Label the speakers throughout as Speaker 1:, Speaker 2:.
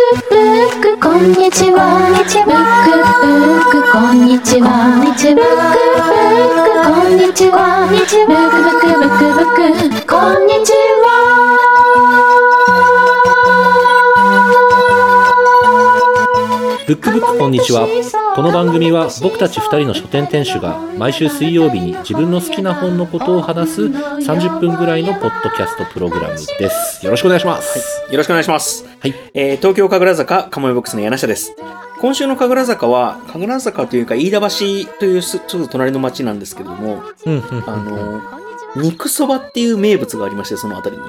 Speaker 1: ックこんにちはブックブックこんにちはブックブックこんにちはブックブックブックブックこんにちは
Speaker 2: ブックブックこんにちはこの番組は僕たち2人の書店店主が毎週水曜日に自分の好きな本のことを話す30分ぐらいのポッドキャストプログラムですよろしくお願いします
Speaker 3: よろしくお願いします。
Speaker 2: はい、
Speaker 3: えー東京神楽坂、カモメボックスの柳下です。今週の神楽坂は、神楽坂というか、飯田橋というすちょっと隣の町なんですけども、
Speaker 2: うんうんうん
Speaker 3: あのー肉そばっていう名物がありまして、そのあたりに。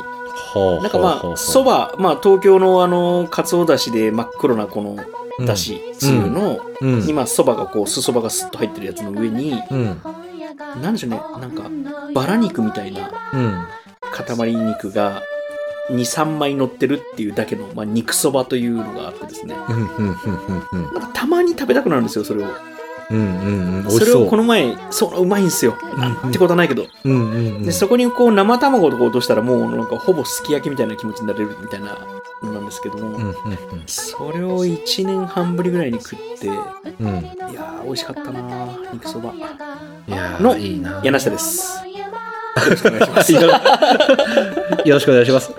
Speaker 2: ほう
Speaker 3: なんかまあ、そ
Speaker 2: ば
Speaker 3: ば、まあ、東京のあのー、かつおだしで真っ黒なこの、だし、つゆの、
Speaker 2: うんうん
Speaker 3: 今、そばがこう、すそばがスッと入ってるやつの上に、
Speaker 2: うん
Speaker 3: なんでしょうね、なんか、バラ肉みたいな
Speaker 2: うん
Speaker 3: 塊肉が2、3枚乗ってるっていうだけの、まあ、肉そばというのがあってですね。
Speaker 2: うんうんうんうん
Speaker 3: なんかたまに食べたくなるんですよ、それを。
Speaker 2: うんうんうん美味
Speaker 3: そ
Speaker 2: し
Speaker 3: れ
Speaker 2: そ
Speaker 3: を
Speaker 2: う
Speaker 3: この前、そう、うまいんですよ。
Speaker 2: うんうん
Speaker 3: ってことはないけど。
Speaker 2: うんうんうん
Speaker 3: で、そこにこう生卵とか落としたらもうなんかほぼすき焼きみたいな気持ちになれるみたいなのなんですけども、
Speaker 2: うんうん
Speaker 3: それを1年半ぶりぐらいに食っ て、いや
Speaker 2: うんうん
Speaker 3: ー、美味しかったなー肉そば。
Speaker 2: いやー
Speaker 3: の
Speaker 2: いいな
Speaker 3: 柳下です。よろしくお願いします。
Speaker 2: よろしくお願いします。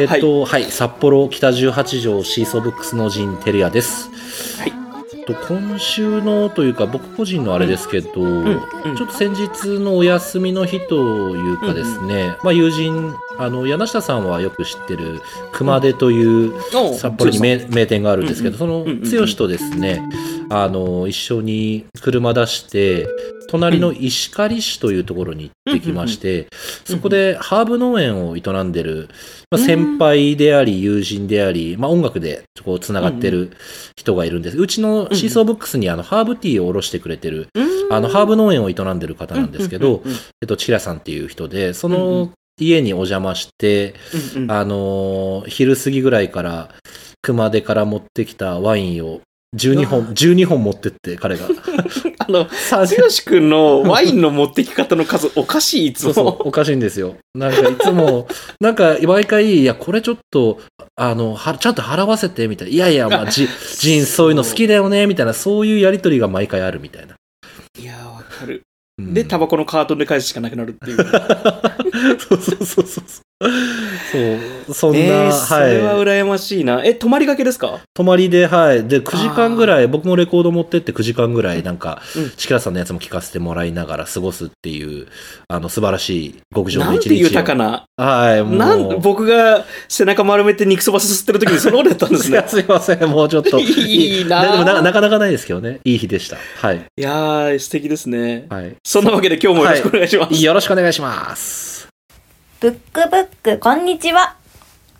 Speaker 2: えっと、はい、札幌北十八条シーソーブックスのジンテリアです。
Speaker 3: はい
Speaker 2: えっと今週のというか、僕個人のあれですけど、
Speaker 3: うん
Speaker 2: ちょっと先日のお休みの日というかですね、まあ友人、あの、柳下さんはよく知ってる熊手という
Speaker 3: おう
Speaker 2: 札幌に名名店があるんですけど、その
Speaker 3: んうんうん
Speaker 2: 剛とですね、あの、一緒に車出して、隣の石狩市というところに行ってきまして、
Speaker 3: うんうんうん
Speaker 2: そこでハーブ農園を営んでる、まあ、
Speaker 3: うん
Speaker 2: 先輩であり、友人であり、まあ、音楽でこう繋がってる人がいるんです。うちのシーソーブックスにあのハーブティーを卸してくれてる、
Speaker 3: うん
Speaker 2: あのハーブ農園を営んでる方なんですけど、
Speaker 3: うん
Speaker 2: えっと、チラさんっていう人で、そ
Speaker 3: うんう
Speaker 2: の家にお邪魔して、
Speaker 3: うんうん
Speaker 2: あのー昼過ぎぐらいから、熊手から持ってきたワインを、12
Speaker 3: う
Speaker 2: 本、
Speaker 3: わ
Speaker 2: 12本持ってっ て、彼が。
Speaker 3: あの、剛くんのワインの持ってき方の数おかしい、いつ
Speaker 2: そ
Speaker 3: も。
Speaker 2: うそう、おかしいんですよ。なんかいつも、なんか毎回、いや、これちょっと、あの、はちゃんと払わせて、みたいな。いやい や、まあ、じ、ジン、そういうの好きだよね、みたいな、そういうやりとりが毎回あるみたいな。
Speaker 3: いやー、わかる。
Speaker 2: うん
Speaker 3: で、タバコのカートンで返すしかなくなるっていう。
Speaker 2: そうそうそうそう。そう、そんな、
Speaker 3: えーそれは
Speaker 2: はい。
Speaker 3: 羨ましいな。え、泊まりがけですか
Speaker 2: 泊まりで、はい。で、9時間ぐらい、僕もレコード持ってって9時間ぐらい、なんか
Speaker 3: うん、
Speaker 2: チキラさんのやつも聞かせてもらいながら過ごすっていう、あの、素晴らしい極上
Speaker 3: な
Speaker 2: の
Speaker 3: ん
Speaker 2: 一
Speaker 3: て
Speaker 2: 日を。
Speaker 3: 豊かな。
Speaker 2: はい、もう。
Speaker 3: なん僕が背中丸めて肉そばすすってる時にそのことやったんです
Speaker 2: いや
Speaker 3: ね。
Speaker 2: すいません、もうちょっ と。
Speaker 3: いいな
Speaker 2: でもななかなかないですけどね。いい日でした。はい。
Speaker 3: いやー、素敵ですね。
Speaker 2: はい。
Speaker 3: そんなわけで今日もよろしくお願いします。
Speaker 2: よろしくお願いします。
Speaker 1: ブックブックこんにちは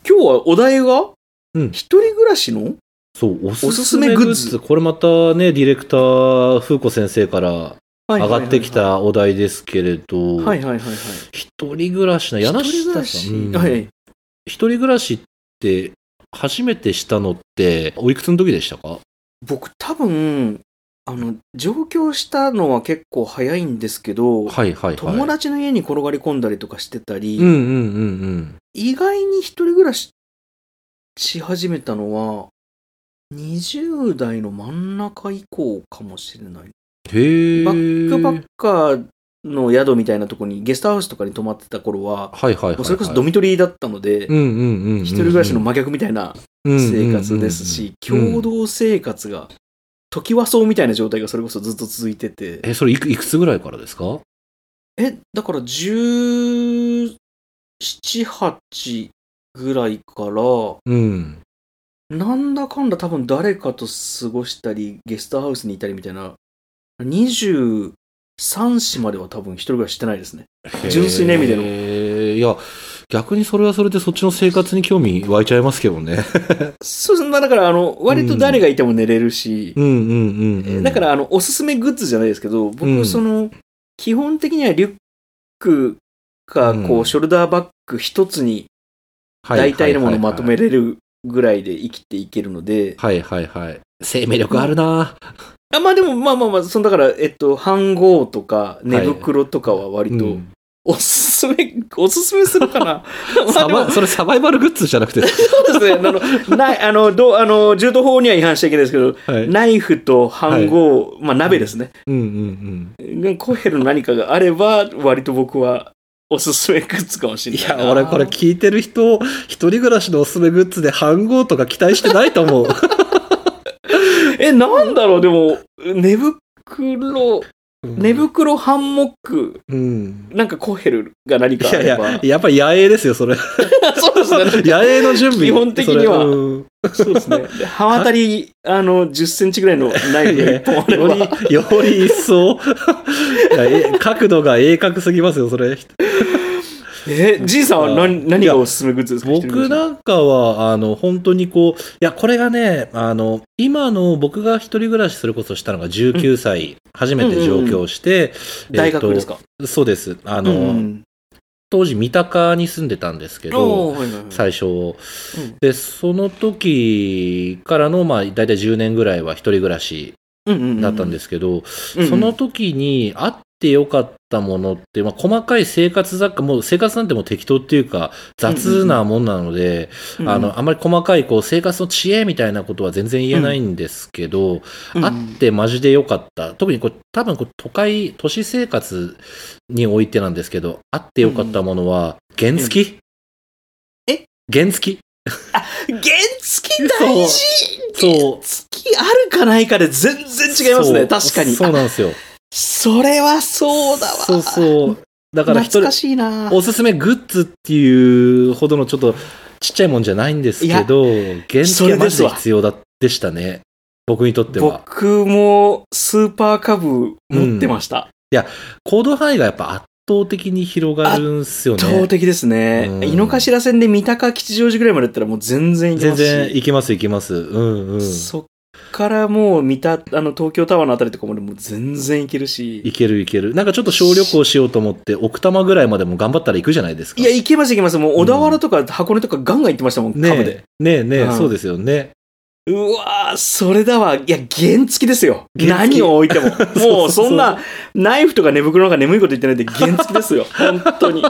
Speaker 3: 今日はお題が、
Speaker 2: うん
Speaker 3: 一人暮らしの
Speaker 2: そう、おす
Speaker 3: おす
Speaker 2: す
Speaker 3: す
Speaker 2: め
Speaker 3: め
Speaker 2: グ
Speaker 3: グ
Speaker 2: ッ
Speaker 3: ッ
Speaker 2: ズ。
Speaker 3: ズ
Speaker 2: これまたね、ディレクター、風子先生から上がってき。たお題ですけれど、
Speaker 3: はいはいはいはい。
Speaker 2: 一人暮らしの、
Speaker 3: 一人
Speaker 2: 柳
Speaker 3: 暮ら
Speaker 2: 下さ
Speaker 3: し
Speaker 2: ん。うん
Speaker 3: はい。
Speaker 2: 一人暮らしって、初めてしたのって、おいくつの時でしたか
Speaker 3: 僕多分、あの、上京したのは結構早いんですけど、
Speaker 2: はいはいはい。
Speaker 3: 友達の家に転がり込んだりとかしてたり、
Speaker 2: うんうんうんうん。
Speaker 3: 意外に一人暮らしし始めたのは、20代の真ん中以降かもしれない。
Speaker 2: へえ。
Speaker 3: バックバッカーの宿みたいなとこに、ゲストハウスとかに泊まってた頃は、
Speaker 2: はいはいはい、
Speaker 3: も
Speaker 2: は
Speaker 3: う
Speaker 2: い。
Speaker 3: それこそド
Speaker 2: ミ
Speaker 3: ミトリーだったので、
Speaker 2: うんうんうんうんうん。
Speaker 3: 一人暮らしの真逆みたいな生活ですし、
Speaker 2: うんうんうんうん
Speaker 3: 共同生活が、時和そうみたいな状態がそれこそずっと続いてて、
Speaker 2: え、それいくいくつぐらいからですか
Speaker 3: え、だから17、8ぐらいから、
Speaker 2: うん。
Speaker 3: なんだかんだ多分誰かと過ごしたり、ゲストハウスにいたりみたいな、23歳までは多分一人暮らししてないですね。純粋な意味での
Speaker 2: の。いや、逆にそれはそれでそっちの生活に興味湧いちゃいますけどね。
Speaker 3: そうですね。だから、あの、割と誰がいても寝れるし、
Speaker 2: うんうんうん、うん。
Speaker 3: だか、ら、あの、おすすめグッズじゃないですけど、僕、
Speaker 2: うん
Speaker 3: その、基本的にはリュックか、こ
Speaker 2: うん
Speaker 3: う、ショルダーバッグ一つに、大体のものをまとめ
Speaker 2: る。
Speaker 3: れるぐらいで生きていけるので、
Speaker 2: はいはいはい。生命力あるな、
Speaker 3: あまあでも、まあまあまあ、その、だから、えっと、飯盒とか、寝袋とかは割と、
Speaker 2: うん
Speaker 3: おすすめ、おすすめする かなまあ
Speaker 2: サ
Speaker 3: でも
Speaker 2: バそれサバイバルグッズじゃ なくて、
Speaker 3: そうですね。あの、ない、あの、どう、あの、銃刀法には違反しちゃいけないですけど、
Speaker 2: はい
Speaker 3: ナイフと飯盒、まあ鍋ですね。
Speaker 2: うんうん
Speaker 3: コヘルの何かがあれば、割と僕はおすすめグッズかもし
Speaker 2: うん。
Speaker 3: れ
Speaker 2: い
Speaker 3: ない。
Speaker 2: や、俺これ聞いてる人、一人暮らしのおすすめグッズで飯盒とか期待してないと思う。
Speaker 3: え、なんだろう、でも、寝袋、寝
Speaker 2: うん
Speaker 3: 袋ハンモック、
Speaker 2: うん。
Speaker 3: なんかコヘルが何
Speaker 2: い
Speaker 3: かあ
Speaker 2: やい
Speaker 3: れば。
Speaker 2: や、やっぱり野営ですよ、そ れ。
Speaker 3: そうですね。
Speaker 2: 野営の準備。
Speaker 3: 基本的には
Speaker 2: それうん
Speaker 3: そうですね。で刃渡り、あの、10センチぐらいのナイフが一本あれ
Speaker 2: よ
Speaker 3: ば。
Speaker 2: り、より一層。 いやえ角度が鋭角すぎますよ、それ。
Speaker 3: え、じいさんは何何がおすすめグッズですか
Speaker 2: 僕
Speaker 3: だ
Speaker 2: なんかは、あの、本当にこう、いや、これがね、あの、今の僕が一人暮らしそれこそしたのが19歳、初めて上京して、
Speaker 3: 大学です
Speaker 2: か
Speaker 3: か、
Speaker 2: そうです。あの、
Speaker 3: うん
Speaker 2: 当時三鷹に住んでたんですけ
Speaker 3: おー
Speaker 2: ど、
Speaker 3: はいはいはい
Speaker 2: 最初。
Speaker 3: うん。
Speaker 2: で、その時からの、まあ、だいたい10年ぐらいは一人暮らしだったんですすけど、
Speaker 3: うんうん
Speaker 2: その時にあってよかったものって、まあ、細かい生活雑貨、もう生活なんてもう適当っていうか、雑なもんなので、
Speaker 3: うん
Speaker 2: あの、あまり細かいこう生活の知恵みたいなことは全然言えないんですけど、
Speaker 3: うん
Speaker 2: あってマジでよかった。特にこう、多分こう都会、都市生活においてなんですけど、あってよかったものは、原付き、
Speaker 3: うんえ
Speaker 2: 原付き
Speaker 3: 原付大事
Speaker 2: そう
Speaker 3: 原付あるかないかで全然違いますね。
Speaker 2: そう
Speaker 3: 確かに。
Speaker 2: そう
Speaker 3: あ
Speaker 2: なんですよ。
Speaker 3: それはそうだわ。
Speaker 2: そうそう。だから一
Speaker 3: 懐
Speaker 2: 人
Speaker 3: か、しいな。
Speaker 2: おすすめグッズっていうほどのちょっとちっちゃいもんじゃないんですけど、原
Speaker 3: そ
Speaker 2: 付は
Speaker 3: れ
Speaker 2: マ
Speaker 3: で
Speaker 2: ジ
Speaker 3: す
Speaker 2: で
Speaker 3: わ
Speaker 2: 必要だでしたね。僕にとっては。
Speaker 3: 僕もスーパーカブ持ってました。
Speaker 2: 行動範囲がやっぱ圧倒的に広がるんすよ
Speaker 3: 圧倒
Speaker 2: ね。
Speaker 3: 的ですね
Speaker 2: う。ん
Speaker 3: 井の頭線で三鷹吉祥寺ぐらいまでだったらもう全然行け
Speaker 2: 全
Speaker 3: ますし。
Speaker 2: 然いけますいけます。うんうん。
Speaker 3: そっからもう三鷹、あの東京タワーのあたりとかまでもう全然行けるし。
Speaker 2: いけるいける。なんかちょっと小旅行しようと思って、奥多摩ぐらいまでも頑張ったら行くじゃないですか。
Speaker 3: いや、行けます行けます。もう小田原とか箱根とかガンガン行ってましたもん、
Speaker 2: ね
Speaker 3: カブで。
Speaker 2: え、ねえねえ、
Speaker 3: うん
Speaker 2: そうですよね。
Speaker 3: うわー、それだわ。いや、原付きですよ。
Speaker 2: 原付き
Speaker 3: 何を置いても。
Speaker 2: そう
Speaker 3: もう、そんな、ナイフとか寝袋なんか眠いこと言ってないんで、原付きです よ。本当に。
Speaker 2: い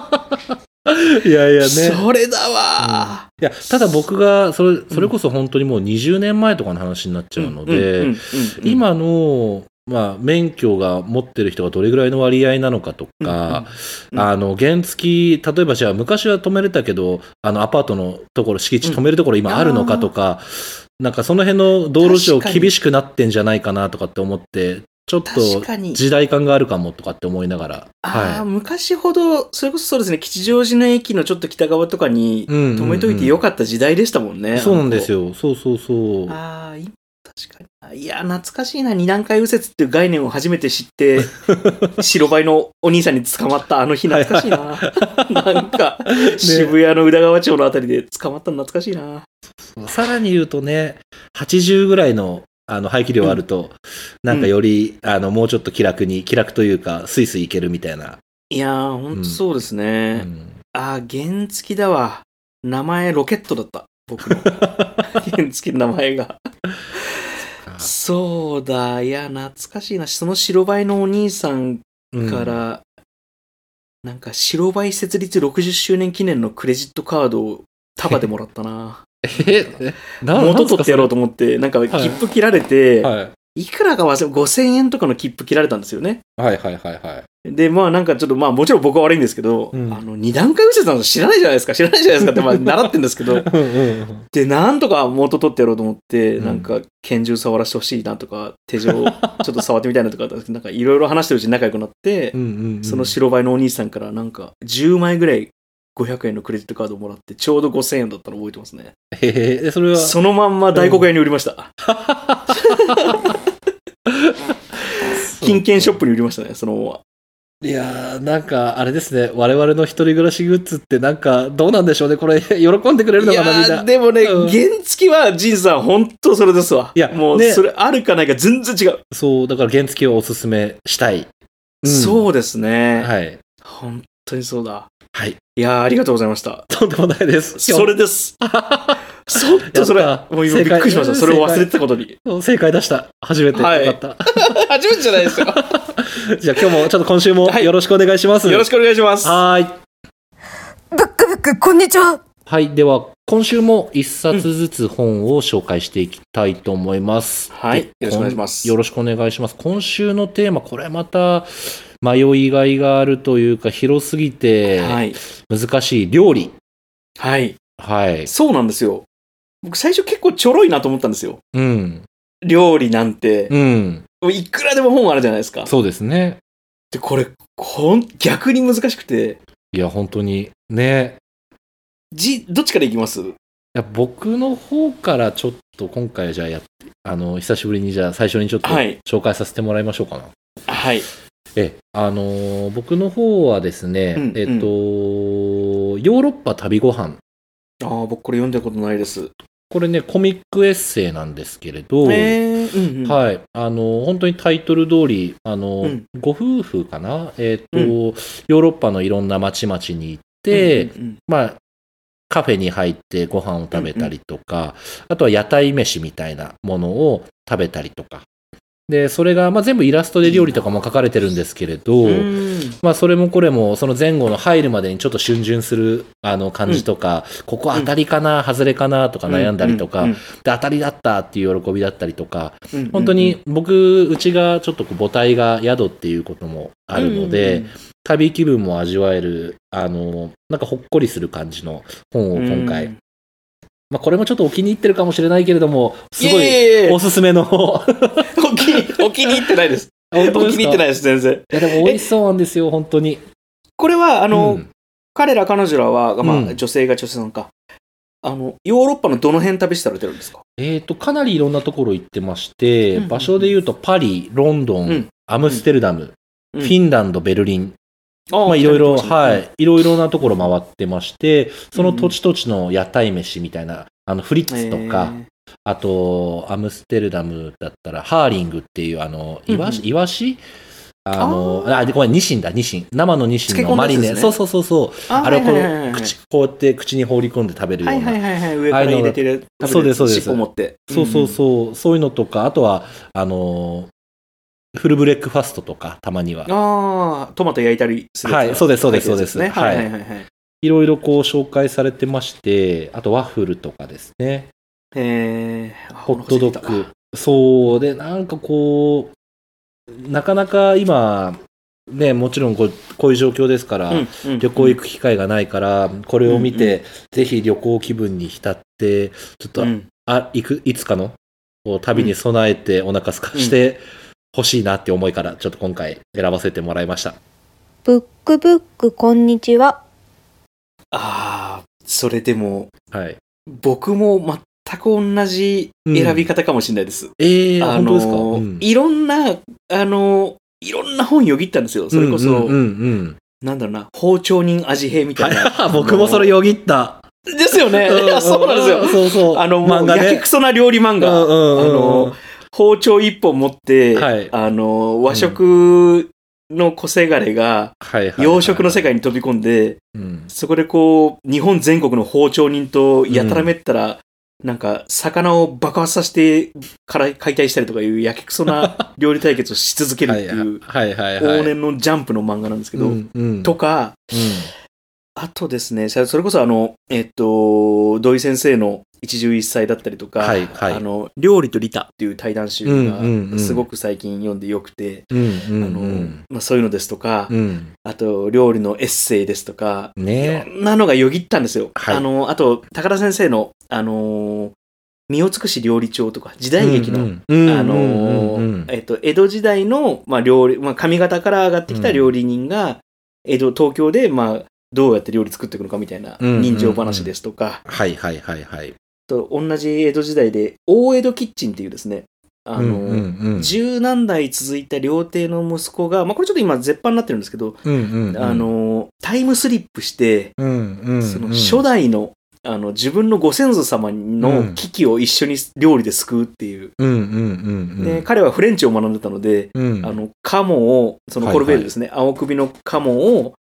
Speaker 2: やいやね。
Speaker 3: それだわ
Speaker 2: いや、ただ僕が、それ、それこそ本当にもう20年前とかの話になっち
Speaker 3: ー。
Speaker 2: ゃうの
Speaker 3: うんうん
Speaker 2: で、
Speaker 3: うんうん
Speaker 2: 今の、まあ、免許が持ってる人がどれぐらいの割合なのかとか、
Speaker 3: うんうん
Speaker 2: あの、原付き、例えばじゃあ昔は止めれたけど、あの、アパートのところ、敷地
Speaker 3: うん
Speaker 2: 止めるところ今あるのかとか、なんかその辺の道路上
Speaker 3: 確かに
Speaker 2: 厳しくなってんじゃないかなとかって思って、ちょっ
Speaker 3: 確
Speaker 2: と
Speaker 3: かに。
Speaker 2: 時代感があるかもとかって思いながら、
Speaker 3: ああ、
Speaker 2: は
Speaker 3: 昔ほど、それこそそうですね、吉祥寺の駅のちょっと北側とかに
Speaker 2: い。、うんうんうん
Speaker 3: 止めといてよかった時代でしたもんね。
Speaker 2: そうなんですよ。そうそうそう。
Speaker 3: ああ、い確かに。いや、懐かしいな。二段階右折っていう概念を初めて知 って、白バイのお兄さんに捕まったあの日懐かしいな。 なんか、渋谷の宇田川町のあたりで捕まったの懐かしいな。
Speaker 2: さらに言うとね、80ぐらいのあの排気量あると、なんかより、あのもうちょっと気楽に、気楽というか、スイスイいけるみたいな。
Speaker 3: いやー、ほんとそうです
Speaker 2: う
Speaker 3: ね。
Speaker 2: ん
Speaker 3: ああ、原付だわ。名前ロケットだった。僕 の原付の名前が。そうだ。いや、懐かしいな。その白バイのお兄さん
Speaker 2: うん
Speaker 3: から、なんか白バイ設立60周年記念のクレジットカードを束でもらった な
Speaker 2: え、な
Speaker 3: 元取ってやろうと思ってなんか切符切られて、
Speaker 2: はい
Speaker 3: い、くらか忘れ5000円とかの切符切られたんですよね
Speaker 2: はいはいはいはい。
Speaker 3: でまあなんかちょっとまあもちろん僕は悪いんですけど、
Speaker 2: うん
Speaker 3: あの二段階右折なの知らないじゃないですか知らないじゃないですかってまあ習ってんですけ どでなんとか元取ってやろうと思って、
Speaker 2: うん
Speaker 3: なんか拳銃触らせてほしいなとか手錠ちょっと触ってみたいなとかなんかいろいろ話してるうちに仲良くなって、
Speaker 2: うんうんうん
Speaker 3: その白バイのお兄さんからなんか10枚ぐらい500円のクレジットカードをもらってちょうど5000円だったの覚えてますね。
Speaker 2: へへへそれは、
Speaker 3: そのまんま大黒屋に売りました。金券ショップに売りましたね、そのまま。
Speaker 2: いやー、なんか、あれですね、我々の一人暮らしグッズって、なんか、どうなんでしょうね、これ、喜んでくれる
Speaker 3: い
Speaker 2: のかな、みん
Speaker 3: や
Speaker 2: な
Speaker 3: ー。でもね、
Speaker 2: うん
Speaker 3: 原付はジンさん本当それですわ。
Speaker 2: いや
Speaker 3: もう
Speaker 2: ね
Speaker 3: それあるかないか全然違う。
Speaker 2: そう、だから原付をおすすめしたい。
Speaker 3: そうです
Speaker 2: うん
Speaker 3: ね、
Speaker 2: はい。
Speaker 3: 本当にそうだ。
Speaker 2: はい。
Speaker 3: いやーありがとうございました。
Speaker 2: とんでもないです。
Speaker 3: それ です。そっとそれ
Speaker 2: やっ、た
Speaker 3: もう今びっくりしました。
Speaker 2: 正
Speaker 3: そ
Speaker 2: 解
Speaker 3: れを忘れてたこと に。
Speaker 2: 正解出した。初めて。
Speaker 3: はい
Speaker 2: よかっ
Speaker 3: 初 めてじゃないですよ。
Speaker 2: た。じゃあ今日も、ちょっと今週も
Speaker 3: はい
Speaker 2: よろしくお願いします。
Speaker 3: よろしくお願いします。
Speaker 2: はーい。
Speaker 4: く、こんにちは。
Speaker 2: はい。では、今週も一冊ずつ本を紹介していきたいと思います。
Speaker 3: はいよ
Speaker 2: で
Speaker 3: ろしくお願いします
Speaker 2: よろしくお願いします。今週のテーマ、これまた、迷いがいがあるというか、広すぎて、
Speaker 3: はい。
Speaker 2: 難しい料理。
Speaker 3: はい。
Speaker 2: はい。
Speaker 3: そうなんですよ。僕最初結構ちょろいなと思ったんですよ。
Speaker 2: うん。
Speaker 3: 料理なんて、
Speaker 2: うん。
Speaker 3: いくらでも本あるじゃないですか。
Speaker 2: そうですね。
Speaker 3: で、これ、ほん、逆に難しくて、
Speaker 2: いや、本当に。ね。
Speaker 3: じ、どっちからいきます
Speaker 2: いや僕の方からちょっと今回じゃあやって、あの、久しぶりにじゃあ最初にちょっと
Speaker 3: はい
Speaker 2: 紹介させてもらいましょうかな。
Speaker 3: はい。
Speaker 2: ええ、あのー僕の方はですね、
Speaker 3: うん
Speaker 2: えっと、ヨーロッパ旅ご飯。
Speaker 3: ああ、僕これ読んだことないです。
Speaker 2: これね、コミックエッセイなんですけれど、
Speaker 3: えー、うん、うん。
Speaker 2: はい。あの、本当にタイトル通り、あの、
Speaker 3: うん
Speaker 2: ご夫婦かなえっ、と、
Speaker 3: う
Speaker 2: ヨーロッパのいろんな町々に行
Speaker 3: い
Speaker 2: って、
Speaker 3: うんうん
Speaker 2: まあ、カフェに入ってご飯を食べたりとか、あとは屋台飯みたいなものを食べたりとか。で、それが、まあ、全部イラストで料理とかも書かれてるんですけれど、
Speaker 3: うんうん
Speaker 2: まあそれもこれもその前後の入るまでにちょっと逡巡するあの感じとか、ここ当たりかな、外れかなとか悩んだりとか、
Speaker 3: うんう
Speaker 2: で
Speaker 3: ん
Speaker 2: 当たりだったっていう喜びだったりとか、
Speaker 3: うんうん
Speaker 2: 本当に僕、うちがちょっとこう母体が宿っていうこともあるので、、旅気分も味わえる、あの、なんかほっこりする感じの本を
Speaker 3: うんうん
Speaker 2: 今回、。まあこれもちょっとお気に入ってるかもしれないけれども、すご
Speaker 3: い
Speaker 2: い
Speaker 3: えいえいえ
Speaker 2: おすすめの、本
Speaker 3: お気にお気に入ってない です。
Speaker 2: 当
Speaker 3: お
Speaker 2: で
Speaker 3: 気
Speaker 2: す
Speaker 3: に入
Speaker 2: か
Speaker 3: ってないです、全然。
Speaker 2: いやでも美味しそうなんですよ、本当に。
Speaker 3: これは、あの、
Speaker 2: うん
Speaker 3: 彼ら彼女らは、まあ、
Speaker 2: うん
Speaker 3: 女性が女性さんか。あの、ヨーロッパのどの辺旅してられてるんですか
Speaker 2: えー、とかなりいろんなところ行ってまして、
Speaker 3: うん
Speaker 2: 場所で言うとパリ、ロンドン、
Speaker 3: うん
Speaker 2: アムステルダム、
Speaker 3: うん
Speaker 2: フィンランド、ベルリン、
Speaker 3: あ
Speaker 2: まあ、いろいろ、は。
Speaker 3: 北に行って
Speaker 2: い、いろいろなところ回ってまして、その土地土地の屋台飯みたいな、あのフリッ
Speaker 3: ます
Speaker 2: ツ
Speaker 3: ね
Speaker 2: とか、あと、アムステルダムだったら、ハーリングっていう、あの、イワシ、
Speaker 3: う
Speaker 2: イワシあの、あごめん、ニシンだ、ニシン。生のニシン
Speaker 3: 漬け
Speaker 2: の
Speaker 3: 込ん
Speaker 2: マ
Speaker 3: だや
Speaker 2: リ
Speaker 3: つ
Speaker 2: ネ。
Speaker 3: です
Speaker 2: そ
Speaker 3: ね
Speaker 2: うそうそうそう。
Speaker 3: あ
Speaker 2: あれをこ
Speaker 3: はいはいはいは
Speaker 2: う、
Speaker 3: い
Speaker 2: 口、こうやって口に放り込んで食べるよう
Speaker 3: は
Speaker 2: な。
Speaker 3: いはいはいはい、上から入れてる。
Speaker 2: あそうですそうです
Speaker 3: 尻尾持って。
Speaker 2: そうそうそう、そういうのとか、あとは、あのーフルブレックファストとか、たまには
Speaker 3: うん。。ああ、トマト焼いたりするやつ。
Speaker 2: はいそうですそうです
Speaker 3: 入ってるやつね
Speaker 2: そうです
Speaker 3: はい
Speaker 2: は
Speaker 3: はいいはいはい。
Speaker 2: いろいろこう紹介されてまして、あとワッフルとかですね、
Speaker 3: えー、
Speaker 2: ホットド
Speaker 3: あお腹
Speaker 2: ッ
Speaker 3: 空い
Speaker 2: グ。そうで、なんかこう、なかなか今、ね、もちろんこうこういう状況ですから、
Speaker 3: てきた、うんうん
Speaker 2: 旅行行く機会がないから、これを見て、ぜひ旅行気分に浸って、ちょっと、
Speaker 3: うん
Speaker 2: あいくいつかのこう旅に備えてお腹空かして欲しいなって思いから、ちょっと今回選ばせてもらいました。
Speaker 4: ブックブック、こんにちは。
Speaker 3: ああ、それでも、
Speaker 2: はい。
Speaker 3: 僕も全く同じ選び方かもしれないです。
Speaker 2: えー、
Speaker 3: あ
Speaker 2: 本当
Speaker 3: の
Speaker 2: ですか、うん
Speaker 3: いろんな、あのいろんな本よぎったんですよ。それこそ、
Speaker 2: うんうんうん
Speaker 3: なんだろうな、包丁人味兵み
Speaker 2: うん
Speaker 3: たいな。
Speaker 2: はい僕もそれよぎった。
Speaker 3: ですよね。いやそうなんですよ。
Speaker 2: そうそう。
Speaker 3: あの、もう、やけくそな料理漫
Speaker 2: う
Speaker 3: 画。
Speaker 2: んうんうんうん
Speaker 3: あの包丁一本持って、
Speaker 2: はい
Speaker 3: あの、和食の小せがれが、
Speaker 2: はいはい
Speaker 3: 洋食の世界に飛び込んで、
Speaker 2: うん
Speaker 3: そこでこう、日本全国の包丁人とやたらめったら、なんか、魚を爆発させてから解体したりとかいうやけくそな料理対決をし続けるっていう、
Speaker 2: はいはいはいはい。
Speaker 3: 往年のジャンプの漫画なんですけど、
Speaker 2: うんうん
Speaker 3: とか、
Speaker 2: う
Speaker 3: あとですね、それそれこそあの、えっと、土井先生の一汁一菜だったりとか、
Speaker 2: はいはい
Speaker 3: あの、料理とリタっていう対談集
Speaker 2: うんうんう
Speaker 3: が
Speaker 2: ん
Speaker 3: すごく最近読んでよくて、
Speaker 2: んうん
Speaker 3: あ
Speaker 2: う
Speaker 3: の
Speaker 2: ん
Speaker 3: まあ、そういうのですとか、
Speaker 2: うん。
Speaker 3: あと料理のエッセイですとか、
Speaker 2: うん。
Speaker 3: い
Speaker 2: ね
Speaker 3: ろんなのがよぎったんですよ。
Speaker 2: はい
Speaker 3: あの、あと、高田先生の、あの、身を尽くし料理長とか、時代劇の、
Speaker 2: うんうん
Speaker 3: あ
Speaker 2: うん
Speaker 3: の
Speaker 2: う
Speaker 3: ー
Speaker 2: んうん
Speaker 3: えっと、江戸時代の、まあ、料理、まあ、上方から上がってきた料理人が、江戸、東京で、まあ、どうやって料理作っていくのかみたいな
Speaker 2: うんうん
Speaker 3: 人情話ですとか、
Speaker 2: はいはいはいはい。
Speaker 3: と同じ江戸時代で、大江戸キッチンっていうですね、あのー、
Speaker 2: うんうんうん
Speaker 3: 十何代続いた料亭の息子が、まあ、これちょっと今絶版になってるんですけど、
Speaker 2: うんうんうん
Speaker 3: あのー、タイムスリップして、
Speaker 2: うんうんうん
Speaker 3: その初代の、あの、自分のご先祖様の危機を一緒に料理で救うっていう。
Speaker 2: うんうんうんうん。
Speaker 3: で、彼はフレンチを学んでたので、
Speaker 2: うん、
Speaker 3: あの、カモを、その
Speaker 2: はい
Speaker 3: コルベールですね、青首のカモを、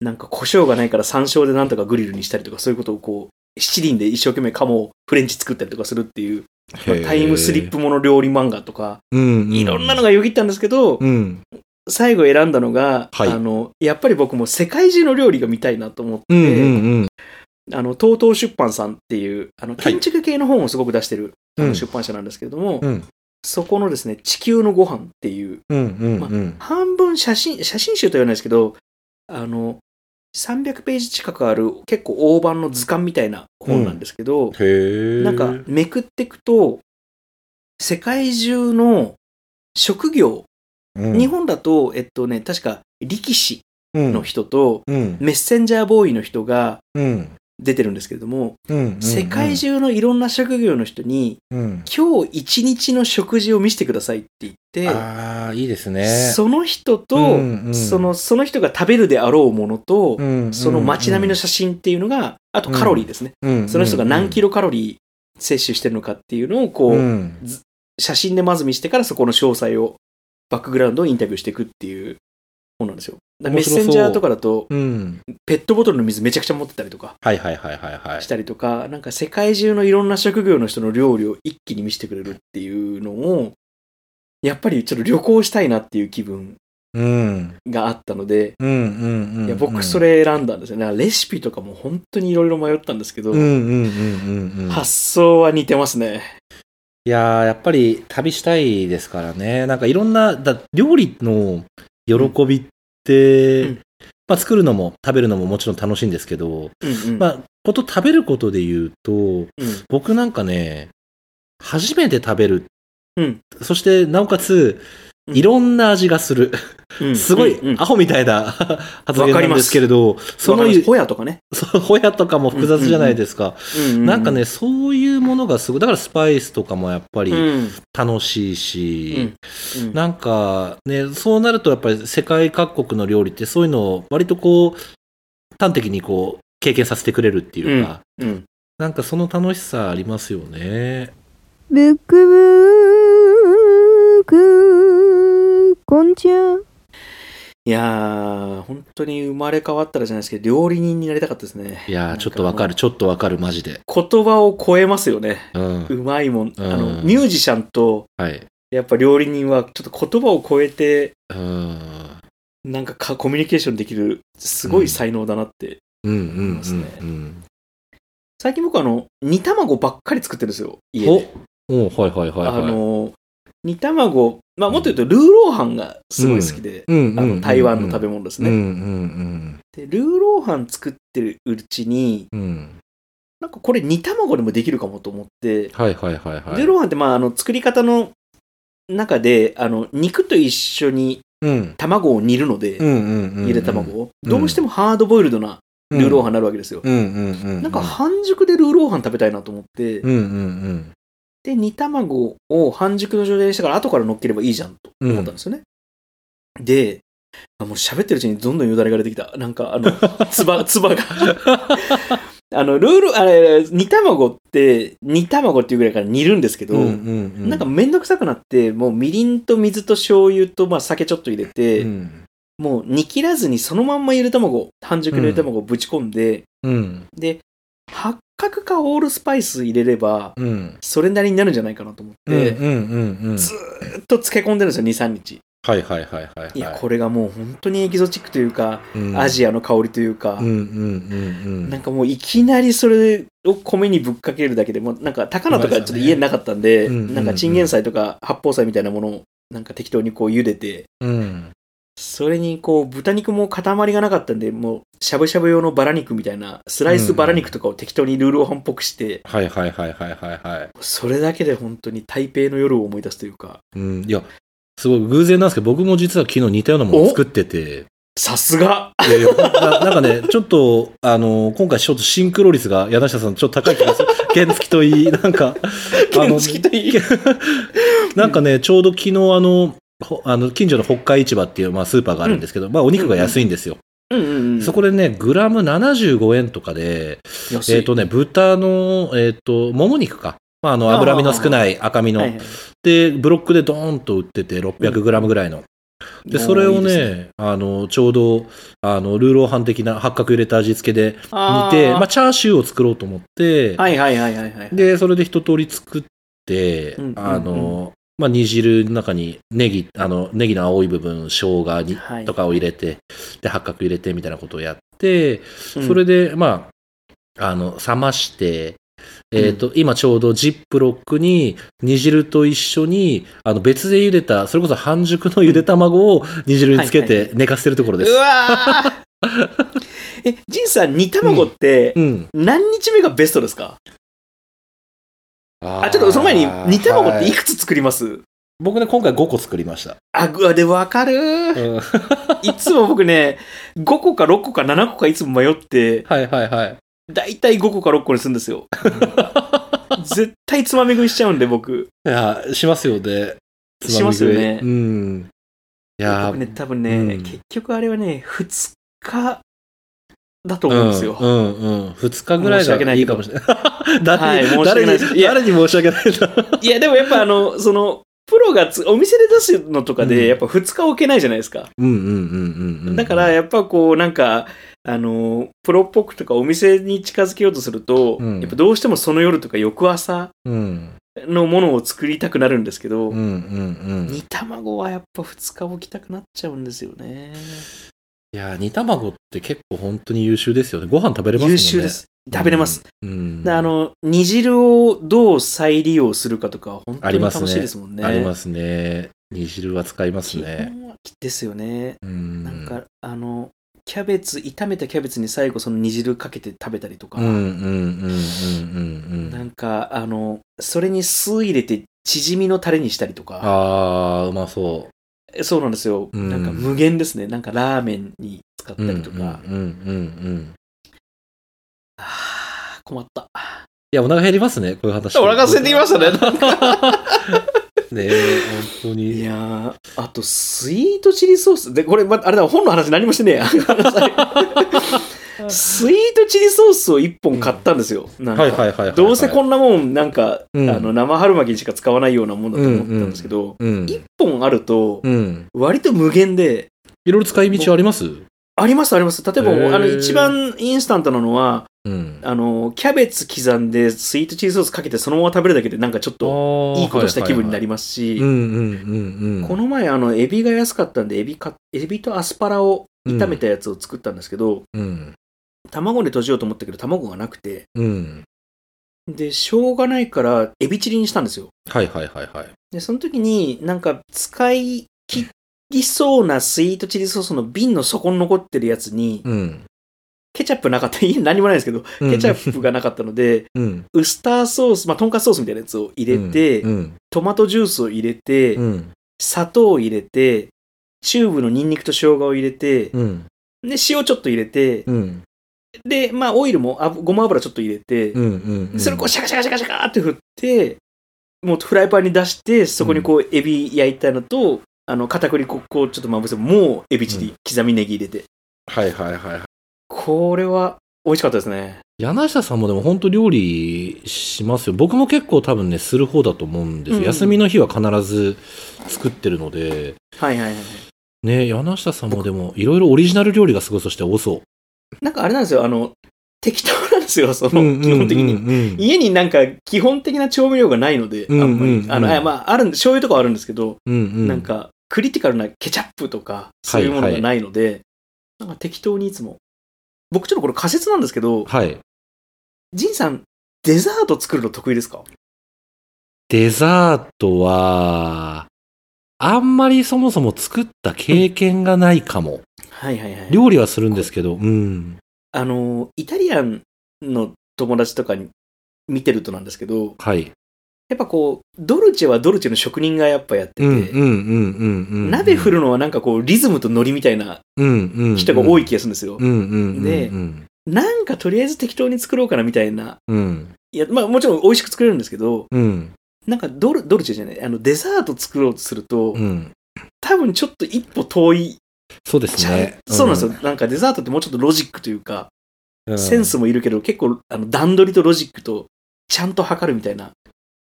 Speaker 3: なんか胡椒がないから山椒でなんとかグリルにしたりとか、そういうことをこう、七輪で一生懸命カモをフレンチ作ったりとかするっていう、まあ
Speaker 2: へー
Speaker 3: タイムスリッ、プもの料理漫画とか、
Speaker 2: うんうん、
Speaker 3: いろんなのがよぎったんですけど、
Speaker 2: うん、
Speaker 3: 最後選んだのが、
Speaker 2: はい
Speaker 3: あの、やっぱり僕も世界中の料理が見たいなと思って、
Speaker 2: うんうんうん
Speaker 3: あの、TOTO 出版さんっていう、あの、
Speaker 2: い
Speaker 3: 建築系の本をすごく出してる、あ
Speaker 2: う
Speaker 3: の
Speaker 2: ん
Speaker 3: 出版社なんですけれども、
Speaker 2: うん
Speaker 3: そこのですね、地球のご飯っていう、
Speaker 2: うんうん
Speaker 3: まあ
Speaker 2: うん
Speaker 3: 半分写真、写真集とは言わないですけど、あの、300ページ近くある結構大判の図鑑みたいな本なんですけど、
Speaker 2: へえ
Speaker 3: なんかめくっていくと、世界中の職業、日本だと、えっとね、確か力士の人と、
Speaker 2: うん
Speaker 3: メッセンジャーボーイの人が
Speaker 2: うん
Speaker 3: 出てるんですけれども、
Speaker 2: うん
Speaker 3: 世界中のいろんな職業の人に、
Speaker 2: うん
Speaker 3: 今日一日の食事を見せてくださいって言って、
Speaker 2: ああいいですね
Speaker 3: その人と、
Speaker 2: うんうん
Speaker 3: その、その人が食べるであろうものと、
Speaker 2: うん
Speaker 3: その街並みの写真っていうのが、あとカロリーですね。
Speaker 2: 真
Speaker 3: その人が何キ
Speaker 2: ロ
Speaker 3: ロカロリー摂取してるのかっていうのを、こう、
Speaker 2: うん
Speaker 3: 写真でまず見せてからそこの詳細を、バックグラウンドをインタビューしていくっていう本なんですよ。だからメッ
Speaker 2: 面白そう
Speaker 3: センジャーとかだと、
Speaker 2: うん
Speaker 3: ペットボトルの水めちゃくちゃ持ってたりとか
Speaker 2: はいはいはいはいはい
Speaker 3: したりとか、なんか世界中のいろんな職業の人の料理を一気に見せてくれるっていうのを、やっぱりちょっと旅行したいなっていう気分
Speaker 2: うん
Speaker 3: があったので、
Speaker 2: うんうんうん
Speaker 3: いや僕それ選んだんですよね。だからレシピとかも本当にいろいろ迷ったんですけど、
Speaker 2: うんうんうんうんうん
Speaker 3: 発想は似てますね。
Speaker 2: いやーやっぱり旅したいですからねなんかいろんなだ料理の喜びって、
Speaker 3: うん
Speaker 2: まあ、作るのも食べるのももちろん楽しいんですけど、
Speaker 3: うんうん
Speaker 2: まあ、こと食べることで言うと
Speaker 3: うん
Speaker 2: 僕なんかね初めて食べる、
Speaker 3: うん
Speaker 2: そしてなおかつ
Speaker 3: うん
Speaker 2: いろんな味がする、
Speaker 3: うん
Speaker 2: すごい
Speaker 3: うんうん
Speaker 2: アホみたいな 発
Speaker 3: わ
Speaker 2: 言
Speaker 3: か
Speaker 2: な
Speaker 3: り
Speaker 2: ん
Speaker 3: ます
Speaker 2: ですけれどそ
Speaker 3: わか
Speaker 2: の
Speaker 3: りますホヤとかね。
Speaker 2: そうホヤとかも複雑じゃないですか、なんか
Speaker 3: う
Speaker 2: ねそういうものがすごいだからスパイスとかもやっぱり、
Speaker 3: うん、うん
Speaker 2: 楽しいし、
Speaker 3: うん
Speaker 2: なんかね、そうなるとやっぱり世界各国の料理ってそういうのを割とこう、端的にこう、経験させてくれるっていうか、
Speaker 3: うん
Speaker 2: なんかその楽しさありますよね。
Speaker 4: ブックブック、こんちゃん。
Speaker 3: いやー、本当に生まれ変わったらじゃないですけど、料理人になりたかったですね。
Speaker 2: いやー、ちょっとわか
Speaker 3: る
Speaker 2: る、ちょっとわかる、マジで。
Speaker 3: 言葉を超えますよね。
Speaker 2: うん。
Speaker 3: うまいもん。あの、
Speaker 2: うん
Speaker 3: ミュージシャンと、
Speaker 2: はい。
Speaker 3: やっぱ料理人は、ちょっと言葉を超えて、
Speaker 2: うん。
Speaker 3: なんかかコミュニケーションできる、すごい才能だなって。
Speaker 2: うんうん
Speaker 3: ますね
Speaker 2: うん
Speaker 3: 最近僕あの、煮卵ばっかり作ってるんですよ、
Speaker 2: う
Speaker 3: 家
Speaker 2: ん。
Speaker 3: で。
Speaker 2: おおはいはいはいはい。
Speaker 3: あの、煮卵、まあもっと言うと、ルーローハンがすごい好きで、
Speaker 2: うんうん
Speaker 3: あの台湾の食べ
Speaker 2: 物
Speaker 3: 物です
Speaker 2: う
Speaker 3: ね。
Speaker 2: んうん
Speaker 3: でルーローハン作ってるうちに、
Speaker 2: うん。うん。
Speaker 3: なんかこれ煮卵でもできるかもと思って、
Speaker 2: はいはいはいはい。
Speaker 3: ルーローハンって、まあ、あの作り方の中であの肉と一緒に
Speaker 2: うん。
Speaker 3: 卵を煮るので、
Speaker 2: うんうんうんうん。
Speaker 3: ゆで卵を、
Speaker 2: うん
Speaker 3: どうしてもハードボイルドな
Speaker 2: うん、
Speaker 3: ルーローハンになるわけですよ、
Speaker 2: うんうんうんうん。
Speaker 3: なんか半熟でルーローハン食べたいなと思って、
Speaker 2: うんうん
Speaker 3: で煮卵を半熟の状態にしてから後から乗っければいいじゃんと
Speaker 2: うん。う
Speaker 3: 思ったんですよね、であもう喋ってるうちにどんどんよだれが出てきたなん かあのつばつばが あのルーロあれ煮卵って煮卵っていうぐらいから煮るんですけど、
Speaker 2: ん
Speaker 3: なんかめんどくさくなって、もうみりんと水と醤油とまあ酒ちょっと入れて、
Speaker 2: うん
Speaker 3: もう煮切らずにそのまんまゆで卵、半熟のゆで卵をぶち込んで、
Speaker 2: うん
Speaker 3: で、八角かオールスパイス入れれば、
Speaker 2: うん
Speaker 3: それなりになるんじゃないかなと思って、
Speaker 2: うんうんうん
Speaker 3: ずずっと漬け込んでるんですよ、2、3日。
Speaker 2: はいはいはいはいはい
Speaker 3: いや、これがもう本当にエキゾチックというか、
Speaker 2: うん
Speaker 3: アジアの香りというか、
Speaker 2: うんうんうんう
Speaker 3: なん
Speaker 2: ん
Speaker 3: かもういきなりそれを米にぶっかけるだけでもうなんか高菜とかちょっと家になかったんで
Speaker 2: うまいですよね
Speaker 3: なんかチンゲン菜とか八宝菜みたいなものをなんか適当にこう茹でて
Speaker 2: うん
Speaker 3: それにこう豚肉も塊がなかったんでもうしゃぶしゃぶ用のバラ肉みたいなスライスバラ肉とかを適当にルーローハンっぽくして
Speaker 2: はいはいはいはいはいはい
Speaker 3: それだけで本当に台北の夜を思い出すというか
Speaker 2: うんいやすごい偶然なんですけど僕も実は昨日似たようなものを作ってて
Speaker 3: さすが
Speaker 2: いやいやな なんかねちょっとあの今回ちょっとシンクロ率が柳下さんちょっと高い気 がする原付きといいなんかあの
Speaker 3: 原付といい
Speaker 2: なんかねちょうど昨日あのほあの近所の北海市場っていう、まあ、スーパーがあるんですけど、まあ、お肉が安いんですよ、
Speaker 3: うんうんうん
Speaker 2: そこでね、グラム75円とかで、
Speaker 3: 安い
Speaker 2: えっ、とね、豚の、えっ、と、もも肉か。まあ、あの、
Speaker 3: あー
Speaker 2: 脂身の少ない赤身の。
Speaker 3: はいはい
Speaker 2: で、ブロックでドーンと売ってて、600グラムぐらいの。で、それを
Speaker 3: いい
Speaker 2: ね、
Speaker 3: です
Speaker 2: あの、ちょうど、あの、ルーローハン的な八角入れた味付けで煮て、
Speaker 3: あー
Speaker 2: まあ、チャーシューを作ろうと思って、
Speaker 3: はいはいはいはいはい
Speaker 2: で、それで一通り作って、
Speaker 3: うんうんうん
Speaker 2: あの、まあ、煮汁の中にネギ、あの、ネギの青い部分、生姜に、
Speaker 3: はい
Speaker 2: とかを入れて、で、八角入れてみたいなことをやって、
Speaker 3: うん
Speaker 2: それで、まあ、あの、冷まして、えっ、と、今ちょうどジップロックに煮汁と一緒に、あの、別で茹でた、それこそ半熟のゆで卵を煮汁につけ
Speaker 3: は
Speaker 2: て寝かせてるところです。
Speaker 3: うわーえ、ジンさん、煮卵って、
Speaker 2: うん。
Speaker 3: 何日目がベストですか
Speaker 2: あ
Speaker 3: あ、ちょっとその前に、煮卵ってい
Speaker 2: はい
Speaker 3: くつ作ります
Speaker 2: 僕ね、今回5個作りました。
Speaker 3: あ、ぐわでわかるー。
Speaker 2: うん
Speaker 3: いつも僕ね、5個か6個か7個かいつも迷って、
Speaker 2: はいはいはい。
Speaker 3: だいたい5個か6個にするんです よ。絶対つまみ食いしちゃうんで、僕。
Speaker 2: いや、しますよね。つまみ食い
Speaker 3: しますよね
Speaker 2: うん。いや
Speaker 3: 僕ね、多分ね、
Speaker 2: うん
Speaker 3: 結局あれはね、2日だと思うんですよ。
Speaker 2: うんうんうん。2日ぐらい
Speaker 3: 申し訳
Speaker 2: が
Speaker 3: ない
Speaker 2: い
Speaker 3: け
Speaker 2: いか
Speaker 3: ど
Speaker 2: もしれない。だって
Speaker 3: はい申し訳
Speaker 2: 誰
Speaker 3: な
Speaker 2: に
Speaker 3: いですいや
Speaker 2: 誰に申し訳ないな。
Speaker 3: いや、でもやっぱあの、その、プロがつお店で出すのとかで、
Speaker 2: うん
Speaker 3: やっぱ2日置けないじゃないですか。
Speaker 2: うんうんうんうんうん。
Speaker 3: だから、やっぱこう、なんか、あの、プロっぽくとかお店に近づけようとすると、
Speaker 2: うん
Speaker 3: やっぱどうしてもその夜とか翌朝
Speaker 2: うん
Speaker 3: のものを作りたくなるんですけど、
Speaker 2: うんうんうん。
Speaker 3: 煮
Speaker 2: い
Speaker 3: 卵はやっぱ2日置きたくなっちゃうんですよね。
Speaker 2: や、煮卵って結構本当に優秀ですよね。ご飯食べれますもんね。
Speaker 3: 優秀で。す。食べれます。。
Speaker 2: うん。
Speaker 3: であの、煮汁をどう再利用するかとか、本当に楽しいですもんね。
Speaker 2: ありますね。煮汁は使います
Speaker 3: 基
Speaker 2: ね。
Speaker 3: 本はですよね。
Speaker 2: うん。
Speaker 3: なんか、あの、キャベツ、炒めたキャベツに最後その煮汁かけて食べたりとか、
Speaker 2: うんうんうんうんうんう。
Speaker 3: なんんか、あの、それに酢入れて、縮みのタレにしたりとか、
Speaker 2: あー、うまそ
Speaker 3: そうなんですよ。
Speaker 2: うん
Speaker 3: なんか無限ですね。なんかラーメンに使った
Speaker 2: う。うんうん
Speaker 3: り
Speaker 2: う
Speaker 3: と
Speaker 2: ん
Speaker 3: か。
Speaker 2: うん。
Speaker 3: あー困った。
Speaker 2: いや、お腹減りますね、こういう話。
Speaker 3: お腹空いてきましたねなん
Speaker 2: ねえ、本当
Speaker 3: い
Speaker 2: に。
Speaker 3: やー、あと、スイートチリソース。で、これ、ま、あれだ、本の話何もしてねえ や。ごめんなさいスイートチリソースを1本買ったんですよ。なんか
Speaker 2: はいはいはいはい。
Speaker 3: どうせこんなもん、なんか、
Speaker 2: うん
Speaker 3: あの生春巻きにしか使わないようなもんだと思ってたんですけど、
Speaker 2: うん。
Speaker 3: 一1本あると、
Speaker 2: うん。
Speaker 3: 割と無限で、
Speaker 2: いろいろ使い道ありますう
Speaker 3: ありますあります。例えば、
Speaker 2: へー
Speaker 3: あの、一番インスタントなのは、
Speaker 2: ん。
Speaker 3: あの、キャベツ刻んで、スイートチリソースかけて、そのまま食べるだけで、なんかちょっと、
Speaker 2: と
Speaker 3: いいことした気分になり
Speaker 2: ま
Speaker 3: ますし、
Speaker 2: うんうんうんうん。
Speaker 3: この前、あの、エビが安かったんで、エビか、エビとアスパラを炒めたやつを作ったんですけど、
Speaker 2: うん。
Speaker 3: 卵で閉じようと思ったけど、卵がなくて、
Speaker 2: うん。
Speaker 3: で、しょうがないから、エビチリにしたんですよ。
Speaker 2: はいはいはいはい。
Speaker 3: で、その時に、なんか、使い切りそうなスイートチリソースの瓶の底に残ってるやつに、
Speaker 2: うん。
Speaker 3: ケチャップなかった、 いや何もないんですけど、ケチャップがなかったので、
Speaker 2: うん。
Speaker 3: ウスターソース、まあ、トンカツソースみたいなやつを入れて、
Speaker 2: うん。
Speaker 3: トマトジュースを入れて、
Speaker 2: うん。
Speaker 3: 砂糖を入れて、チューブのニンニクと生姜を入れて、
Speaker 2: うん。
Speaker 3: で、塩ちょっと入れて、
Speaker 2: うん。
Speaker 3: で、まあ、オイルも、あごま油ちょっと入れて、
Speaker 2: うん。うん。うん。
Speaker 3: それをこう、シャカシャカシャカシャカって振って、もうフライパンに出して、そこにこう、エビ焼いたのと、あの、片栗粉をこう、ちょっとまぶせて、もう、エビチリ、刻みネギ入れて。
Speaker 2: はいはいはいはい。
Speaker 3: これは、美味しかったですね。
Speaker 2: 柳下さんもでも本当料理しますよ。僕も結構多分ね、する方だと思うんですよ。
Speaker 3: うん
Speaker 2: 休みの日は必ず作ってるので。
Speaker 3: はいはいはい。
Speaker 2: ね柳下さんもでも、いろいろオリジナル料理がすごいそして多そ。
Speaker 3: なんかあれなんですよ、あの、適当なんですよ、そうの、基本的に。
Speaker 2: に。
Speaker 3: 家になんか基本的な調味料がないので、あんま
Speaker 2: うん
Speaker 3: り
Speaker 2: う。ん
Speaker 3: あの、あまあ、あるんで、醤油とかはあるんですけど、
Speaker 2: うんうん。
Speaker 3: なんか、クリティカルなケチャップとか、そういうものがないので、なんか適当にいつも。僕ちょっとこれ仮説なんですけど、
Speaker 2: はい。
Speaker 3: ジンさん、デザート作るの得意ですか
Speaker 2: デザートは、あんまりそもそも作った経験がないかも。
Speaker 3: はいはいはい。
Speaker 2: 料理はするんですけど、うん。
Speaker 3: あの、イタリアンの友達とかに見てるとなんですけど、
Speaker 2: はい。
Speaker 3: やっぱこう、ドルチェはドルチェの職人がやっぱやってて、
Speaker 2: うんうんうんうんうん。
Speaker 3: 鍋振るのはなんかこう、リズムとノリみたいな
Speaker 2: る
Speaker 3: 人が多い
Speaker 2: け
Speaker 3: 気がするんですよ。
Speaker 2: うんうんうんうん。
Speaker 3: で
Speaker 2: うん
Speaker 3: なんかとりあえず適当に作ろうかなみたいな。
Speaker 2: うん。
Speaker 3: いや、まあもちろん美味しく作れるんですけど、
Speaker 2: うん。
Speaker 3: なんかドル、ドルチェじゃない、あの、デザート作ろうとすると、
Speaker 2: うん。
Speaker 3: 多分ちょっと一歩遠い
Speaker 2: そうです
Speaker 3: じゃん、
Speaker 2: ね。
Speaker 3: そうなんですよ、なんかデザートってもうちょっとロジックというか、
Speaker 2: うん
Speaker 3: センスもいるけど、結構あの段取りとロジックとちゃんと測るみたいな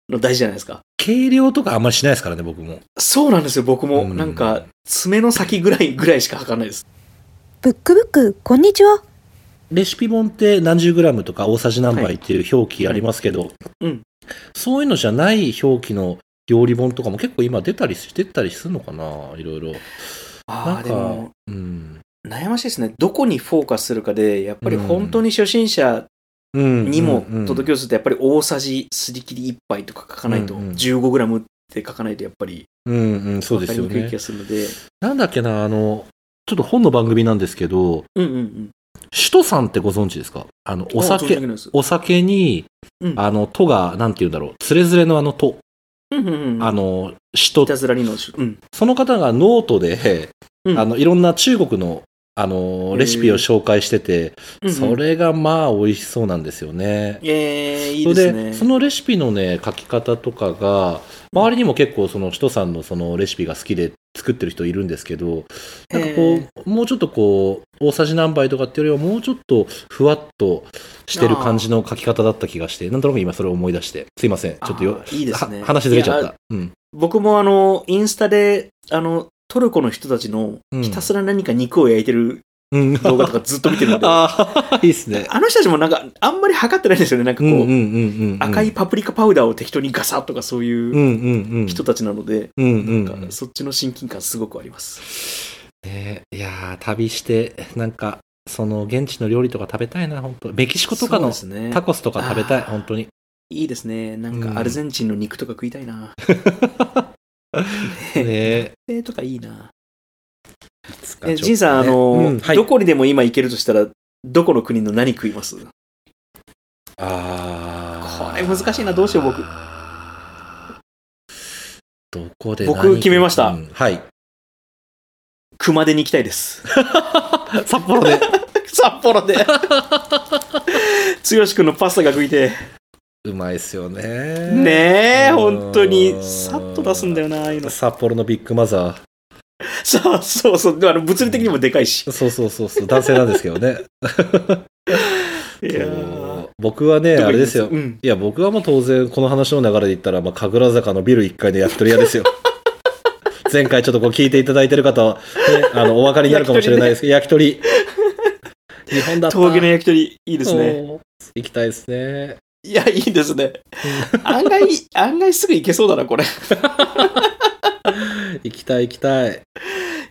Speaker 3: の大事じゃないですか。
Speaker 2: 計量とかあんまりしないですからね、僕も。
Speaker 3: そうなんですよ、僕も。
Speaker 2: うん
Speaker 3: なんか、爪の先ぐらいぐらいしか測らないです。
Speaker 4: ブックブック、こんにちは。
Speaker 2: レシピ本って何十グラムとか大さじ何杯っていう表記ありますけど、
Speaker 3: うん
Speaker 2: そういうのじゃない表記の料理本とかも結構今出たりしてたりするのかないろいろ。
Speaker 3: ああ、
Speaker 2: なん
Speaker 3: で
Speaker 2: か
Speaker 3: も、
Speaker 2: うん。
Speaker 3: 悩ましいですね。どこにフォーカスするかで、やっぱり本当に初心者
Speaker 2: に
Speaker 3: にも届けをするとやっぱり大さじすり切り1杯とか書かないと、
Speaker 2: うんうん
Speaker 3: 15g って書かないとやっぱり
Speaker 2: うんうん、そう
Speaker 3: 分
Speaker 2: で
Speaker 3: か
Speaker 2: す
Speaker 3: り
Speaker 2: よ
Speaker 3: にくい
Speaker 2: ね
Speaker 3: 気が。するので、
Speaker 2: なんだっけな、あの、ちょっと本の番組なんですけど、
Speaker 3: うんうんうん。
Speaker 2: 首都さんってご存知ですかあの、お
Speaker 3: あそういう
Speaker 2: 酒
Speaker 3: わけ、なんです
Speaker 2: お酒に、
Speaker 3: うん
Speaker 2: あの、都が、なんて言うんだろう、つれづれのあの都、
Speaker 3: うんうんうん。
Speaker 2: あの、首
Speaker 3: いた
Speaker 2: 都、
Speaker 3: ずらにのし、うん。
Speaker 2: その方がノートで、
Speaker 3: うん
Speaker 2: あの、いろんな中国の、あの、レシピを紹介してて、
Speaker 3: うんうん
Speaker 2: そ。れがまあ、美味しそうなんですよね。
Speaker 3: えー、いい
Speaker 2: それ
Speaker 3: です
Speaker 2: で、
Speaker 3: ね。
Speaker 2: そのレシピのね、書き方とかが、周りにも結構その、人さんのそのレシピが好きで作ってる人いるんですけど、なんかこ
Speaker 3: え
Speaker 2: う、もうちょっとこう、大さじ何杯とかっていうよりは、もうちょっとふわっとしてる感じの書き方だった気がして、なんとなく今それを思い出して、すいません、ちょっとよ
Speaker 3: あ、ーいいですね
Speaker 2: は話ずれちゃっ
Speaker 3: いや
Speaker 2: た。うん。
Speaker 3: 僕もあの、インスタで、あの、トルコの人たちの
Speaker 2: うん
Speaker 3: ひたすら何か肉を焼いてる
Speaker 2: うん。
Speaker 3: 動画とかずっと見てるので、あ
Speaker 2: ああ、いいっすね。
Speaker 3: の人たちもなんか、あんまり測ってないんですよね。なんか
Speaker 2: う
Speaker 3: こ
Speaker 2: んうんうん
Speaker 3: う、
Speaker 2: うんうん。
Speaker 3: 赤いパプリカパウダーを適当にガサッとかそう
Speaker 2: う
Speaker 3: いうん
Speaker 2: うんうん。
Speaker 3: 人たちなので、
Speaker 2: うんうん
Speaker 3: な
Speaker 2: うんん
Speaker 3: か。そっちの親近感すごくあります。
Speaker 2: ねいやー、旅して、なんか、その現地の料理とか食べたいな、本当メキシコとかの
Speaker 3: そうですね
Speaker 2: タコスとか食べたい、
Speaker 3: あー
Speaker 2: 本当 に。
Speaker 3: いいですね。なん
Speaker 2: うん
Speaker 3: かアルゼンチンの肉とか食いたいな。
Speaker 2: ねえ。
Speaker 3: えーとかいいな。
Speaker 2: いつか
Speaker 3: え、
Speaker 2: ちょっとね
Speaker 3: ジンさん、あの、
Speaker 2: うんはい
Speaker 3: どこにでも今行けるとしたら、どこの国の何食います
Speaker 2: あ
Speaker 3: これ難しいなどうしよう僕
Speaker 2: どこで
Speaker 3: 僕
Speaker 2: 何
Speaker 3: 決めました
Speaker 2: うん はい。
Speaker 3: 熊手に行きたいです。
Speaker 2: 札幌で。
Speaker 3: 札幌で。剛くんのパスタが食いて。
Speaker 2: うまいっすよね。
Speaker 3: ねえ、
Speaker 2: うん
Speaker 3: 本当に。さっと出すんだよな、ああいうの。
Speaker 2: 札幌のビッグマザ
Speaker 3: さあ、そうそう。でもあの物理的にもでかいし。
Speaker 2: ー。そうそうそうそう。男性なんですけどね。
Speaker 3: いやー
Speaker 2: そう僕はね、
Speaker 3: どこ
Speaker 2: あ
Speaker 3: 行きます
Speaker 2: れですよ
Speaker 3: う。ん。
Speaker 2: いや、僕はもう当然、この話の流れで言ったら、まあ、神楽坂のビル1階の焼き鳥屋 ですよ。前回ちょっとこう聞いていただいてる方は、ね、あの、お分かりになるかもしれないですけど、焼き鳥。日本だった
Speaker 3: 峠の焼き鳥、いいですね。
Speaker 2: そう行きたいですね。
Speaker 3: いや、いいですね。案外、案外すぐ行けそうだな、これ。
Speaker 2: 行きたい行きたい。ね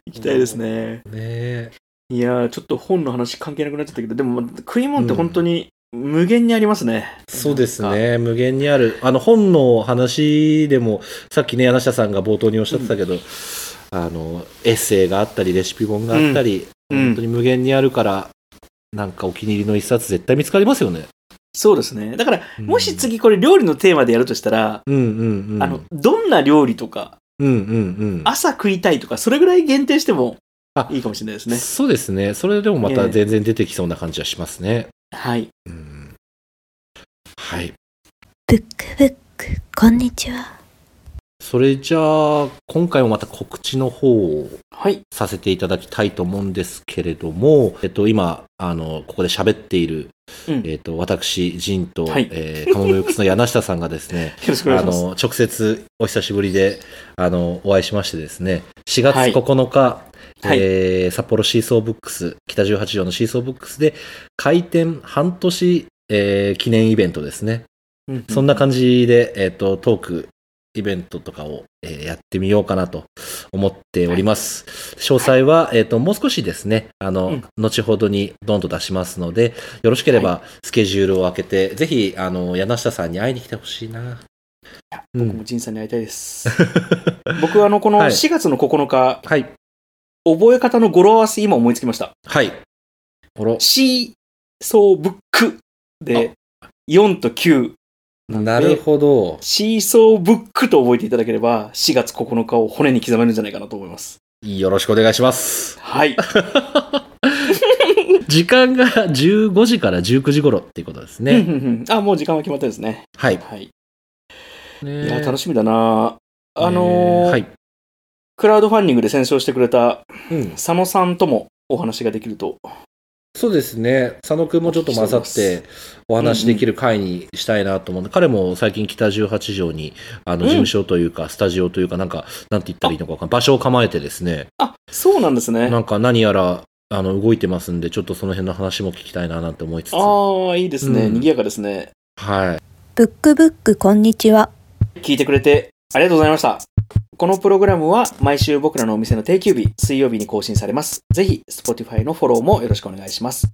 Speaker 3: 行きたいですね。
Speaker 2: え。
Speaker 3: いやー、ちょっと本の話関係なくなっちゃったけど、でもまあ食い物って本当に無限にありますね。
Speaker 2: そうですね。無限にある。あの、本の話でも、さっきね、柳下さんが冒頭におっしゃってたけど、あの、エッセイがあったり、レシピ本があったり、
Speaker 3: うん
Speaker 2: 本当に無限にあるから、なんかお気に入りの一冊絶対見つかりますよね。
Speaker 3: そうですね。だから、
Speaker 2: うん
Speaker 3: もし次これ料理のテーマでやるとしたら、
Speaker 2: うんうんうん。
Speaker 3: あの、、どんな料理とか、
Speaker 2: うんうんうん。
Speaker 3: 朝食いたいとか、それぐらい限定しても
Speaker 2: あ
Speaker 3: いいかもしれないですね。
Speaker 2: そうですね。それでもまた全然出てきそうな感じはしますね。
Speaker 3: はい。
Speaker 2: うん。はい。
Speaker 1: ブックブックこんにちは
Speaker 2: それじゃあ、今回もまた告知の方を
Speaker 3: はい。
Speaker 2: させていただきたいと思うんですけれども、えっと、今、あの、ここで喋っている、
Speaker 3: うん
Speaker 2: えっと、私、ジンと、
Speaker 3: はい
Speaker 2: えー、カモメルクスの柳下さんがです
Speaker 3: 、
Speaker 2: ね
Speaker 3: よろしくお願い
Speaker 2: あ
Speaker 3: します。
Speaker 2: の、直接お久しぶりで、あの、お会いしましてですね、4月
Speaker 3: はい
Speaker 2: 9日、
Speaker 3: はい
Speaker 2: えー札幌シーソーブックス、北18条のシーソーブックスで、開店半年、えー記念イベントですね。
Speaker 3: うん
Speaker 2: そんな感じで、えっ、と、トーク、イベントとかを、えーやってみようかなと思っております。詳細は、えっ、と、もう少しですね、あの、
Speaker 3: うん
Speaker 2: 後ほどにドンと出しますので、よろしければスケジュールを開けて、ぜひ、あの、柳下さんに会いに来てほしいな。う
Speaker 3: 僕
Speaker 2: ん
Speaker 3: も仁さんに会いたい です。僕はあの、この
Speaker 2: はい
Speaker 3: 4月の9日、
Speaker 2: はい。
Speaker 3: 覚え方の語呂合わせ今思いつきました。
Speaker 2: はい。おろ。
Speaker 3: シーソーブックで、4と9。
Speaker 2: なるほど。
Speaker 3: シーソーブックと覚えていただければ、4月9日を骨に刻めるんじゃないかなと思います。
Speaker 2: よろしくお願いし ます。
Speaker 3: はい。
Speaker 2: 時間が15時から19時頃っていうことです
Speaker 3: うん
Speaker 2: ね。
Speaker 3: うんうん あ、もう時間は決まったですね。
Speaker 2: はい。
Speaker 3: はい。い
Speaker 2: い
Speaker 3: や、楽しみだなあのー
Speaker 2: はい。
Speaker 3: クラウドファンディングで戦勝してくれた
Speaker 2: うん。
Speaker 3: 佐野さんともお話ができると。
Speaker 2: そうですね。佐野くんもちょっと混ざってお話しできる回にしたいなと思う、彼も最近北18条に、あの、
Speaker 3: うん
Speaker 2: 事務所というか、スタジオというか、なんか、なんて言ったらいいのかわかんない場所を構えてですね、
Speaker 3: あ、そうなんですね。
Speaker 2: なんか何やら、あの、動いてますんで、ちょっとその辺の話も聞きたいななんて思いつつ。は
Speaker 3: ああ、いいですね。
Speaker 2: うん
Speaker 3: 賑やかですね。
Speaker 2: い。
Speaker 4: ブックブックこんにちは。
Speaker 3: 聞いてくれてありがとうございました。このプログラムは毎週僕らのお店の定休日、水曜日に更新されます。ぜひ、Spotify のフォローもよろしくお願いします。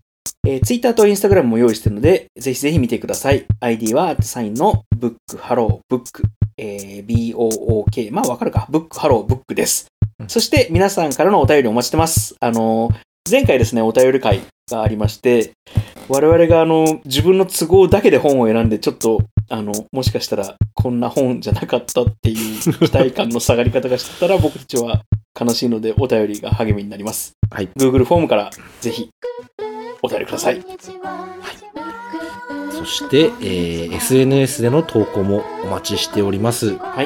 Speaker 3: えー、Twitter と Instagram も用意してるので、ぜひぜひ見てください。ID は、サインのブックハローブック、えー、BOOK、まあわかるか、ブックハローブックです。そして皆さんからのお便りお待ちしてます。あのー前回ですね、お便り会がありまして、我々があの、自分の都合だけで本を選んで、ちょっと、あの、もしかしたら、こんな本じゃなかったっていう期待感の下がり方がしてたら、僕たちは悲しいので、お便りが励みになります。
Speaker 2: はい。
Speaker 3: Google フォームから、ぜひ、お便りください。
Speaker 2: そして、えー SNS での投稿もお待ちしております。
Speaker 3: はい。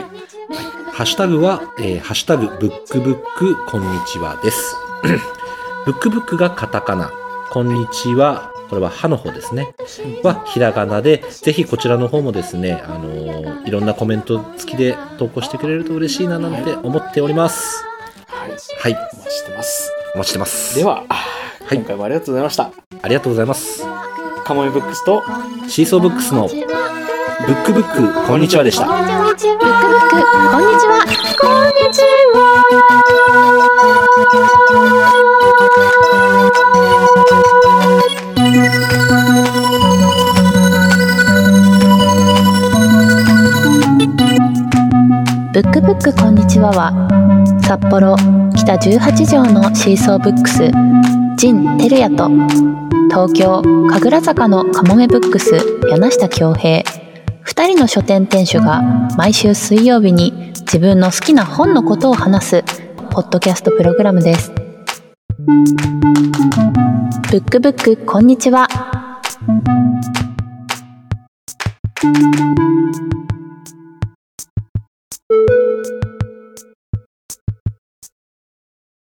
Speaker 2: ハッシュタグは、えーハッシュタグブックブックこんにちはです。 ブックブックがカタカナ、こんにちは、これは歯の方ですね。はひらがなで、ぜひこちらの方もですね、あのーいろんなコメント付きで投稿してくれると嬉しいななんて思っております。
Speaker 3: はい。
Speaker 2: はい、
Speaker 3: お待ちしてます。
Speaker 2: お待ちしてます。
Speaker 3: で、は、あー
Speaker 2: はい
Speaker 3: 今回もありがとうございました。
Speaker 2: ありがとうございます。
Speaker 3: カモメブックスと、
Speaker 2: シーソーブックスのブックブックこんにちはでした。
Speaker 1: こんにちは。ブックブック、こんにちは。こんにちは。ブックブックこんにちはは札幌北18条のシーソーブックス陣照也と東京神楽坂のかもめブックス柳下恭平2人の書店店主が毎週水曜日に自分の好きな本のことを話すポッドキャストプログラムです。ブックブックこんにちは。